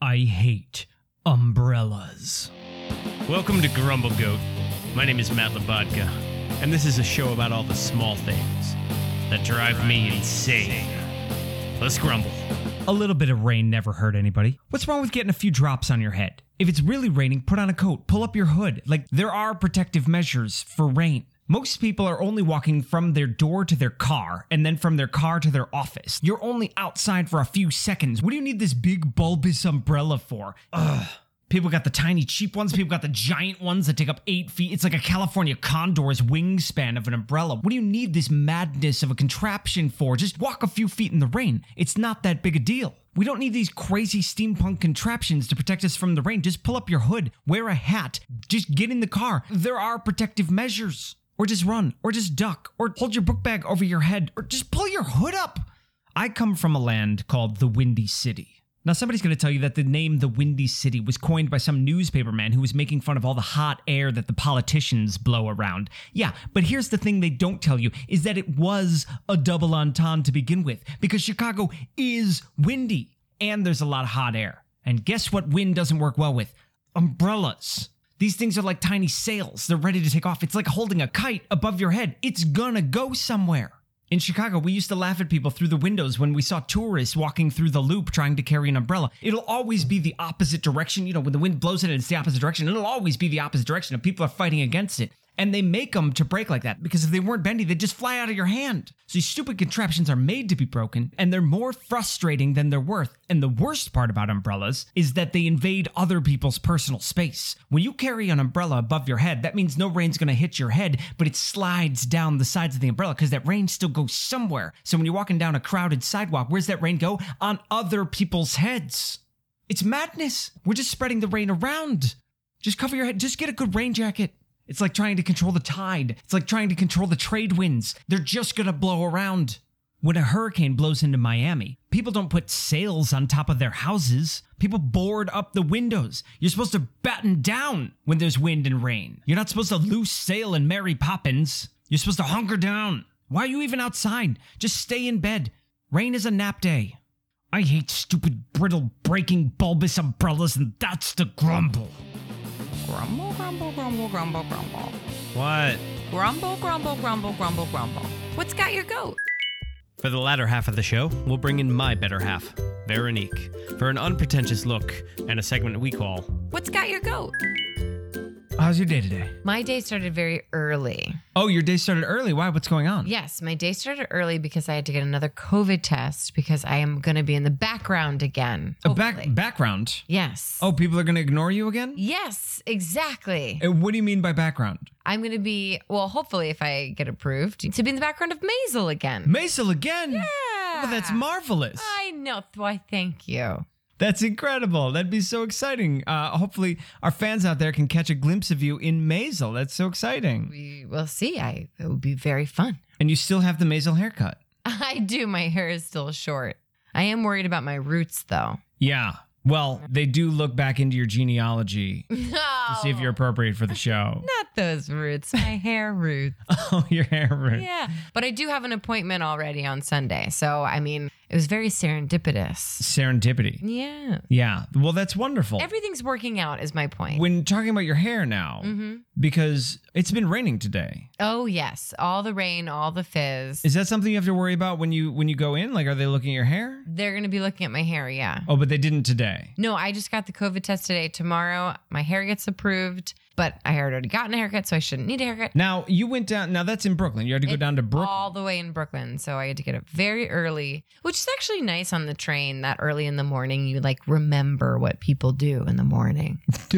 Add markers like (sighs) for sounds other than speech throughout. I hate umbrellas. Welcome to Grumble Goat. My name is Matt Labodka, and this is a show about all the small things that drive me insane. Let's grumble. A little bit of rain never hurt anybody. What's wrong with getting a few drops on your head? If it's really raining, put on a coat, pull up your hood. Like, there are protective measures for rain. Most people are only walking from their door to their car and then from their car to their office. You're only outside for a few seconds. What do you need this big bulbous umbrella for? Ugh. People got the tiny cheap ones, people got the giant ones that take up eight feet. It's like a California condor's wingspan of an umbrella. What do you need this madness of a contraption for? Just walk a few feet in the rain. It's not that big a deal. We don't need these crazy steampunk contraptions to protect us from the rain. Just pull up your hood, wear a hat, just get in the car. There are protective measures. Or just run, or just duck, or hold your book bag over your head, or just pull your hood up. I come from a land called the Windy City. Now, somebody's going to tell you that the name the Windy City was coined by some newspaper man who was making fun of all the hot air that the politicians blow around. Yeah, but here's the thing they don't tell you is that it was a double entente to begin with, because Chicago is windy and there's a lot of hot air. And guess what wind doesn't work well with? Umbrellas. These things are like tiny sails. They're ready to take off. It's like holding a kite above your head. It's gonna go somewhere. In Chicago, we used to laugh at people through the windows when we saw tourists walking through the loop trying to carry an umbrella. It'll always be the opposite direction. You know, when the wind blows in, it's the opposite direction. It'll always be the opposite direction if people are fighting against it. And they make them to break like that because if they weren't bendy, they'd just fly out of your hand. So these stupid contraptions are made to be broken and they're more frustrating than they're worth. And the worst part about umbrellas is that they invade other people's personal space. When you carry an umbrella above your head, that means no rain's gonna hit your head, but it slides down the sides of the umbrella because that rain still goes somewhere. So when you're walking down a crowded sidewalk, where's that rain go? On other people's heads. It's madness. We're just spreading the rain around. Just cover your head, just get a good rain jacket. It's like trying to control the tide. It's like trying to control the trade winds. They're just gonna blow around. When a hurricane blows into Miami, people don't put sails on top of their houses. People board up the windows. You're supposed to batten down when there's wind and rain. You're not supposed to loose sail and Mary Poppins. You're supposed to hunker down. Why are you even outside? Just stay in bed. Rain is a nap day. I hate stupid, brittle, breaking, bulbous umbrellas, and that's the grumble. Grumble, grumble, grumble, grumble, grumble. What? Grumble, grumble, grumble, grumble, grumble. What's got your goat? For the latter half of the show, we'll bring in my better half, Veronique, for an unpretentious look and a segment we call What's got your goat? How's your day today? My day started very early. Oh, your day started early. Why? What's going on? Yes, my day started early because I had to get another COVID test because I am going to be in the background again. A back hopefully. background. Yes. Oh, people are going to ignore you again? Yes, exactly. Uh, What do you mean by background? I'm going to be, well, hopefully, if I get approved, to be in the background of Maisel again. Maisel again? Yeah. that's marvelous. I know. Why, thank you. That's incredible. That'd be so exciting. Uh, hopefully, our fans out there can catch a glimpse of you in Maisel. That's so exciting. We will see. I It will be very fun. (laughs) And you still have the Maisel haircut. I do. My hair is still short. I am worried about my roots, though. Yeah. Well, they do look back into your genealogy to No. see if you're appropriate (laughs) for the show. Not those roots, my hair roots. (laughs) oh, your hair root. Yeah. But I do have an appointment already on Sunday. So, I mean, it was very serendipitous. Serendipity. Yeah. Yeah. Well, that's wonderful. Everything's working out, is my point. when talking about your hair now, Mm-hmm. because it's been raining today. oh, yes. All the rain, all the fizz. Is that something you have to worry about when you when you go in? Like, are they looking at your hair? They're going to be looking at my hair. Yeah. Oh, but they didn't today. No, I just got the COVID test today. Tomorrow, my hair gets approved, but I had already gotten a haircut, so I shouldn't need a haircut. Now you went down. Now that's in Brooklyn. You had to go It's down to Brooklyn. All the way in Brooklyn. So I had to get up very early, which is actually nice on the train that early in the morning. You like remember what people do in the morning. (laughs)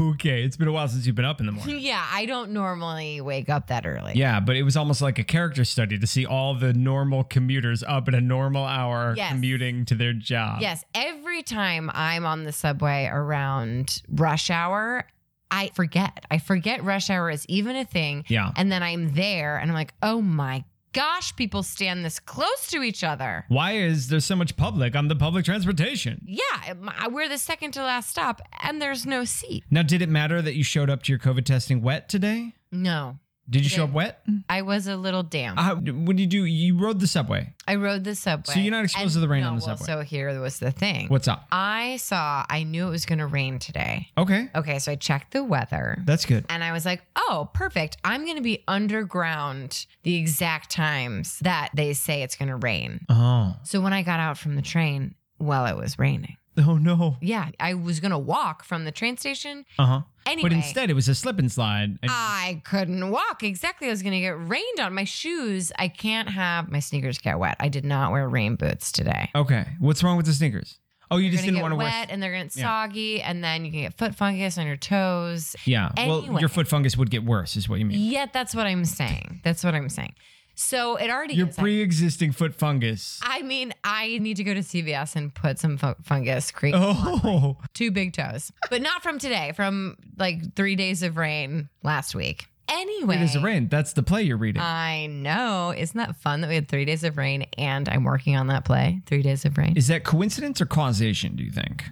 okay, it's been a while since you've been up in the morning. (clears throat) Yeah, I don't normally wake up that early. Yeah, but it was almost like a character study to see all the normal commuters up at a normal hour Yes. commuting to their job. Yes, every time I'm on the subway around rush hour, I forget. I forget rush hour is even a thing. Yeah. And then I'm there and I'm like, oh my gosh, people stand this close to each other. Why is there so much public on the public transportation? Yeah, my- we're the second to last stop and there's no seat. Now, did it matter that you showed up to your COVID testing wet today? No. Did you I show up did. Mm-hmm. wet? I was a little damp. Uh, when you do, you rode the subway. I rode the subway. So you're not exposed and- to the rain no, on the well, subway. So here was the thing. What's up? I saw, I knew it was going to rain today. Okay, Okay, so I checked the weather. that's good. And I was like, oh, perfect. I'm going to be underground the exact times that they say it's going to rain. Oh, So when I got out from the train, well, it was raining. oh no. Yeah, I was going to walk from the train station. Uh huh. Anyway, Ah. But instead, it was a slip and slide. And I couldn't walk. Exactly. I was going to get rained on. My shoes, I can't have my sneakers get wet. I did not wear rain boots today. okay, what's wrong with the snickers? Oh, you They're just gonna didn't get want to wet wear. and they're going to get Yeah. soggy and then you can get foot fungus on your toes. Yeah. Well, Anyway. your foot fungus would get worse, is what you mean. Yet that's what I'm saying. That's what I'm saying. So it already Your is- pre-existing foot fungus. I mean, I need to go to CVS and put some fu- fungus cream. Oh, Two big toes, but not from today. From like three days of rain last week. Anyway, it is a rain. That's the play you're reading. I know. Isn't that fun that we had three days of rain and I'm working on that play, Three Days of Rain? Is that coincidence or causation? Do you think?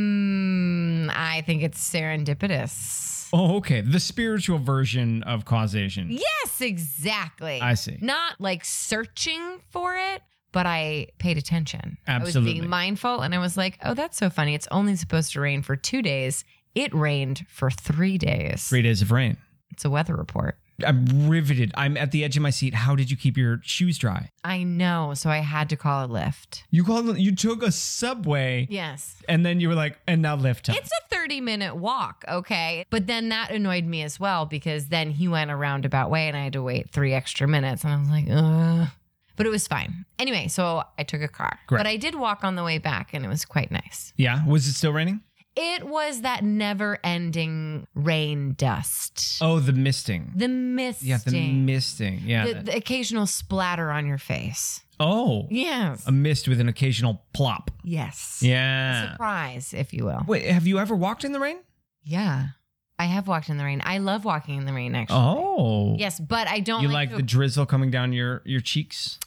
Mm, I think it's serendipitous. Oh, okay. The spiritual version of causation. Yes, exactly. I see. Not like searching for it, but I paid attention. I was Absolutely. being mindful and I was like, oh, that's so funny. It's only supposed to rain for two days. It rained for three days. Three days of rain. It's a weather report. I'm riveted. I'm at the edge of my seat. How did you keep your shoes dry? I know. So I had to call a lift. You called. You took a subway, Yes. and then you were like, and now lift time. (laughs) It's a 30 minute walk, okay? But then that annoyed me as well because then he went a roundabout way and I had to wait three extra minutes. And I was like, ugh. But it was fine. Anyway, so I took a car. Great. But I did walk on the way back and it was quite nice. yeah. Was it still raining? It was that never ending rain dust. Oh, the misting. The misting. yeah, the misting. Yeah. the, the occasional splatter on your face. oh, Yes. a mist with an occasional plop. yes. Yeah. Surprise, if you will. Wait, have you ever walked in the rain? Yeah. I have walked in the rain. I love walking in the rain, actually. Oh. Yes, but I don't You like, like to- the drizzle coming down your your cheeks?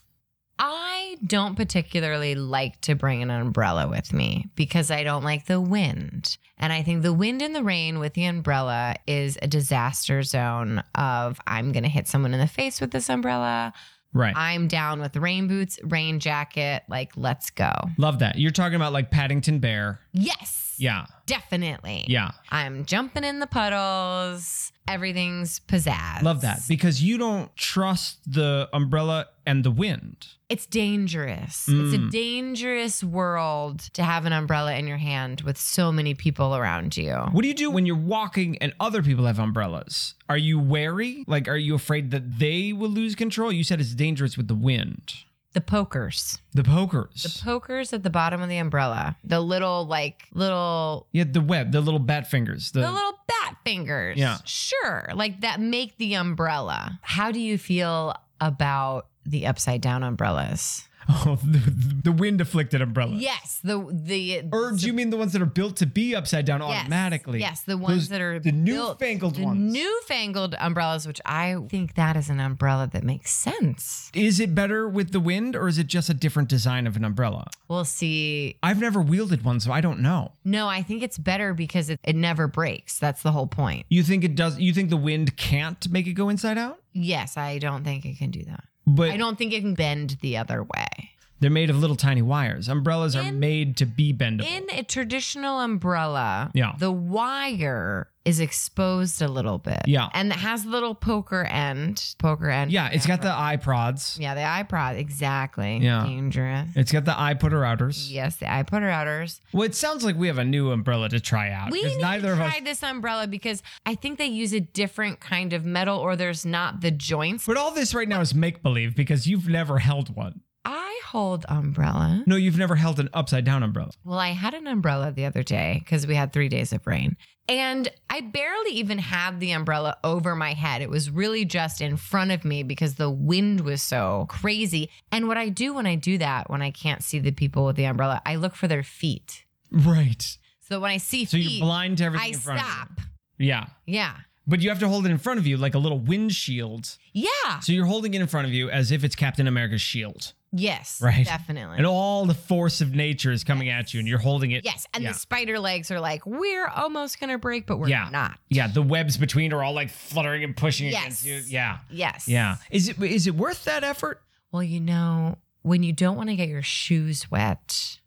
I don't particularly like to bring an umbrella with me because I don't like the wind. And I think the wind and the rain with the umbrella is a disaster zone of I'm going to hit someone in the face with this umbrella. Right. I'm down with rain boots, rain jacket, like let's go. Love that. You're talking about like Paddington Bear. Yes. Yeah. Definitely. Yeah. I'm jumping in the puddles. Everything's pizzazz. Love that because you don't trust the umbrella and the wind. It's dangerous. It's a Mm. dangerous world to have an umbrella in your hand with so many people around you. What do you do when you're walking and other people have umbrellas? Are you wary? Like, are you afraid that they will lose control? You said it's dangerous with the wind. The pokers. The pokers. The pokers at the bottom of the umbrella. The little, like, little, yeah, the web, the little bat fingers. The, the little bat fingers. Yeah. Sure. Like that make the umbrella. How do you feel about the upside down umbrellas? oh, (laughs) the, the wind afflicted umbrellas. Yes. The, the, Or do you mean the ones that are built to be upside down Yes. automatically? Yes, the ones Those- that are the built- newfangled the ones. newfangled umbrellas, which I think that is an umbrella that makes sense. is it better with the wind or is it just a different design of an umbrella? We'll see. I've never wielded one, so I don't know. No, I think it's better because it, it never breaks. That's the whole point. You think it does? You think the wind can't make it go inside out? Yes, I don't think it can do that. But I don't think it can bend the other way. They're made of little tiny wires. Umbrellas are In- made to be bendable. In a traditional umbrella, Yeah. the wire is exposed a little bit. Yeah. And it has a little poker end. Poker end. yeah, it's got the eye prods. Yeah, the iPod. Exactly. Yeah. Dangerous. It's got the eye putter outers. Yes, the eye putter outers. Well, it sounds like we have a new umbrella to try out. We 'cause need Uh, neither to of try us. this umbrella because I think they use a different kind of metal, or there's not the joints. But all this right now is make believe because you've never held one. I hold umbrella. No, you've never held an upside down umbrella. Well, I had an umbrella the other day because we had three days of rain, and I barely even had the umbrella over my head. It was really just in front of me because the wind was so crazy. And what I do when I do that, when I can't see the people with the umbrella, I look for their feet. Right. So when I see So you're feet, blind to everything I in front stop. of you. Yeah. Yeah. But you have to hold it in front of you like a little windshield. Yeah. So you're holding it in front of you as if it's Captain America's shield. Yes. Right. Definitely. And all the force of nature is coming at you and you're holding it. yes. And yeah. the spider legs are like, we're almost going to break, but we're Yeah. not. Yeah, the webs between are all like fluttering and pushing Yes. against you. Yeah. Yes. Yeah. Is it is it worth that effort? Well, you know, when you don't want to get your shoes wet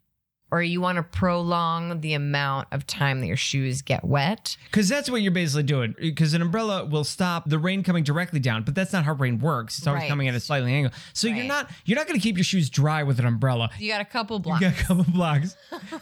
or you want to prolong the amount of time that your shoes get wet, Because that's what you're basically doing. Because an umbrella will stop the rain coming directly down, but that's not how rain works. It's always Right. coming at a slightly angle. So you're Right. not you're not going to keep your shoes dry with an umbrella. you got a couple You blocks. got a couple blocks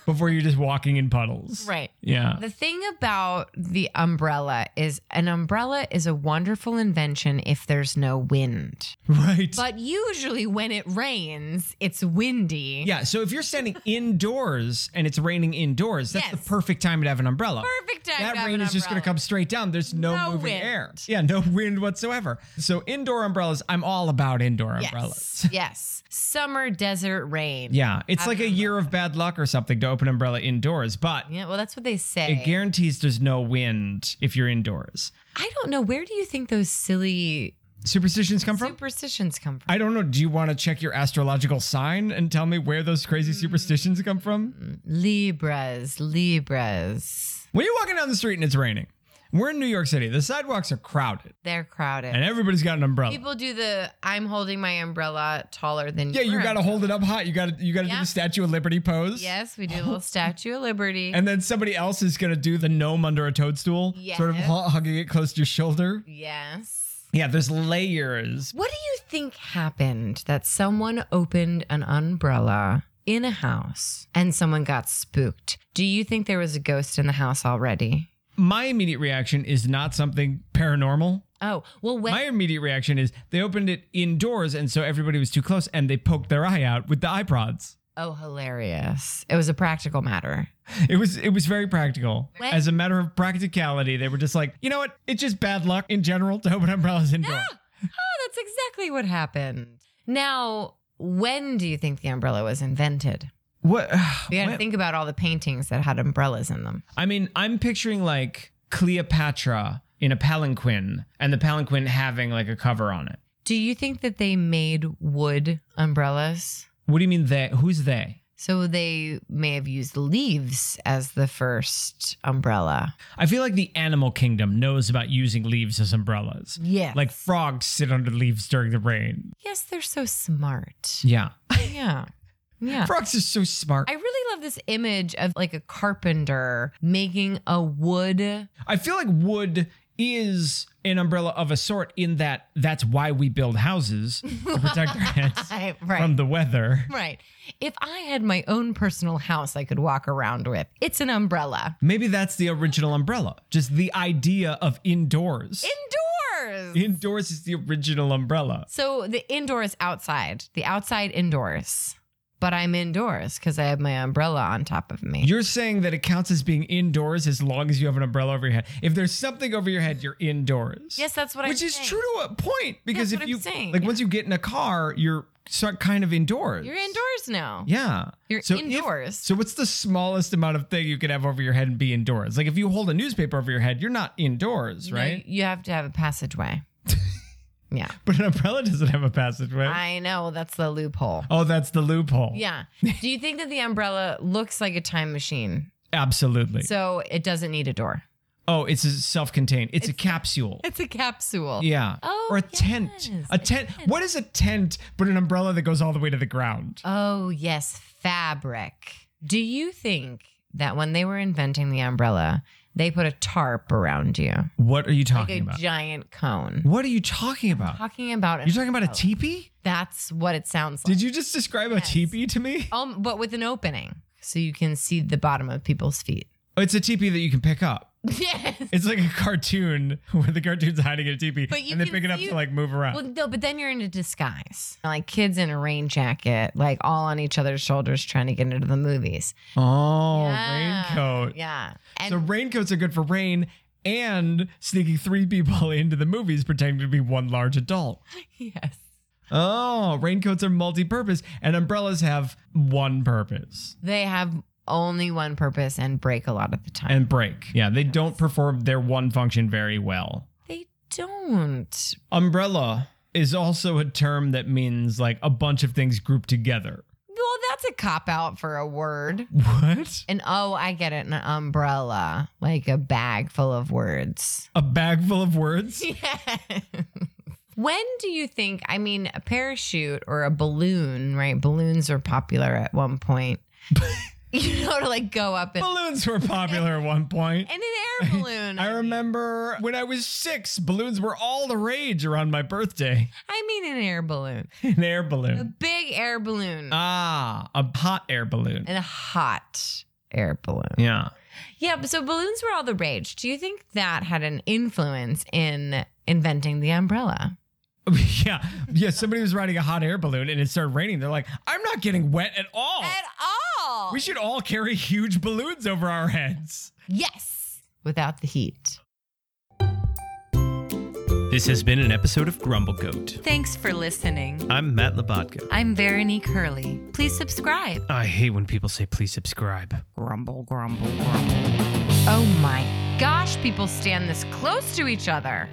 before you're just walking in puddles. (laughs) Right. Yeah. The thing about the umbrella is an umbrella is a wonderful invention if there's no wind. Right. But usually when it rains, it's windy. yeah. So if you're standing indoors and it's raining indoors, that's Yes. the perfect time to have an umbrella. Perfect time. to That have rain an is just going to come umbrella. straight down. There's no, No moving wind. air. Yeah, no (laughs) wind whatsoever. So indoor umbrellas, I'm all about indoor umbrellas. (laughs) Yes. yes. Summer desert rain. Yeah, it's Have like an a year of bad luck or something to open umbrella indoors, but Yeah, well, that's what they say. it guarantees there's no wind if you're indoors. I don't know. Where do you think those silly Superstitions come from? superstitions come from? I don't know. Do you want to check your astrological sign and tell me where those crazy superstitions come from? Libras, Libras. When you're walking down the street and it's raining, we're in New York City, the sidewalks are crowded They're crowded. and everybody's got an umbrella. People do the I'm holding my umbrella taller than yeah, you your got to umbrella." hold it up high. You got to you got to Yeah. do the Statue of Liberty pose. Yes, we do a little Statue of Liberty. And then somebody else is going to do the gnome under a toadstool, sort of Yes. hu- hugging it close to your shoulder. yes. Yeah, there's layers. What do you think happened that someone opened an umbrella in a house and someone got spooked? Do you think there was a ghost in the house already? my immediate reaction is not something paranormal. Oh, well, when, My immediate reaction is they opened it indoors, and so everybody was too close, and they poked their eye out with the eye prods. oh, hilarious. It was a practical matter. It was it was very practical. What? As a matter of practicality, they were just like, you know what? It's just bad luck in general to open umbrellas indoor. Oh, that's exactly what happened. Now, when do you think the umbrella was invented? What? (sighs) We got to what- think about all the paintings that had umbrellas in them. I mean, I'm picturing like Cleopatra in a palanquin, and the palanquin having like a cover on it. Do you think that they made wood umbrellas? What do you mean they? Who's they? So they may have used leaves as the first umbrella. I feel like the animal kingdom knows about using leaves as umbrellas. Yes. Like frogs sit under leaves during the rain. yes, they're (laughs) so smart. Yeah. Yeah. Yeah. Frogs are so smart. I I, really love this image of like a carpenter making a wood. feel like wood is an umbrella of a sort in that that's why we build houses (laughs) to protect our heads right. from the weather. right. If I had my own personal house I could walk around with, it's an umbrella. Maybe that's the original umbrella, just the idea of indoors. Indoors. indoors is the original umbrella. so the indoor is outside, the outside indoors. But I'm indoors because I have my umbrella on top of me. You're saying that it counts as being indoors as long as you have an umbrella over your head. If there's something over your head, you're indoors. Yes, that's what I'm Which is saying. true to a point because That's if what I'm you saying, like yeah. once you get in a car, you're sort kind of indoors. You're indoors now. Yeah. You're if- indoors. so what's the smallest amount of thing you could have over your head and be indoors? Like if you hold a newspaper over your head, you're not indoors, No, right? you have to have (laughs) a passageway. yeah. But an umbrella doesn't have a passageway. I know. That's the loophole. oh, that's the loophole. Yeah. Do you think that the umbrella looks like a time machine? Absolutely. So it doesn't need a door. oh, it's a self-contained. It's, a capsule. It's a capsule. yeah. Oh, or a yes, tent. a A tent. What is a tent but an umbrella that goes all the way to the ground? Oh, yes. Fabric. Do you think that when they were inventing the umbrella, they put a tarp around you? What are you Like talking a about? giant cone. what are you talking about? Talking about an You're talking about a umbrella. teepee? That's what it sounds like. Did you just describe a Oh. Yes. teepee to me? Um, but with an opening, so you can see the bottom of (laughs) people's feet. It's a teepee that you can pick up. Yes. It's like a cartoon (laughs) where the cartoon's hiding in a teepee, But you and they can pick it up see- to like move around. Well, no, but then you're in a disguise, like kids in a rain jacket, like all on each other's shoulders, trying to get into the movies. oh, Yeah. raincoat. Yeah, and So raincoats are good for rain and sneaking three people (laughs) into the movies pretending to be one large adult. (laughs) yes, Oh, raincoats are multi-purpose, and umbrellas have one purpose they have only one purpose and break a lot of the time. and break. Yeah, they don't perform their one function very well. they don't. Umbrella is also a term that means like a bunch of things grouped together. Well, that's a cop out for a word. What? And oh, I get it, an umbrella, like a bag full (laughs) of words. A bag full of words? when do you think, I mean, a parachute or a balloon, right? Balloons are popular at one point. you know, to like go up and, Balloons were popular at one point. and an (laughs) air balloon. I remember when I was six, balloons were all the rage around my birthday. (laughs) I mean, an air balloon, An air a balloon. big air balloon, Ah, a hot air balloon. and a hot air balloon. Yeah. (laughs) Yeah, but so balloons were all the rage. Do you think that had an influence in inventing the umbrella? Yeah. Yeah. Somebody was riding a hot air balloon and it started raining. They're like, I'm not getting wet at all. At all? We should all carry huge balloons over our heads. yes, without the heat. This has been an episode of Grumble Goat. Thanks for listening. I'm Matt Labodka. I'm Veronique Hurley. Please subscribe. I hate when people say please subscribe. Grumble, grumble, grumble. Oh my gosh, people stand this close to each other.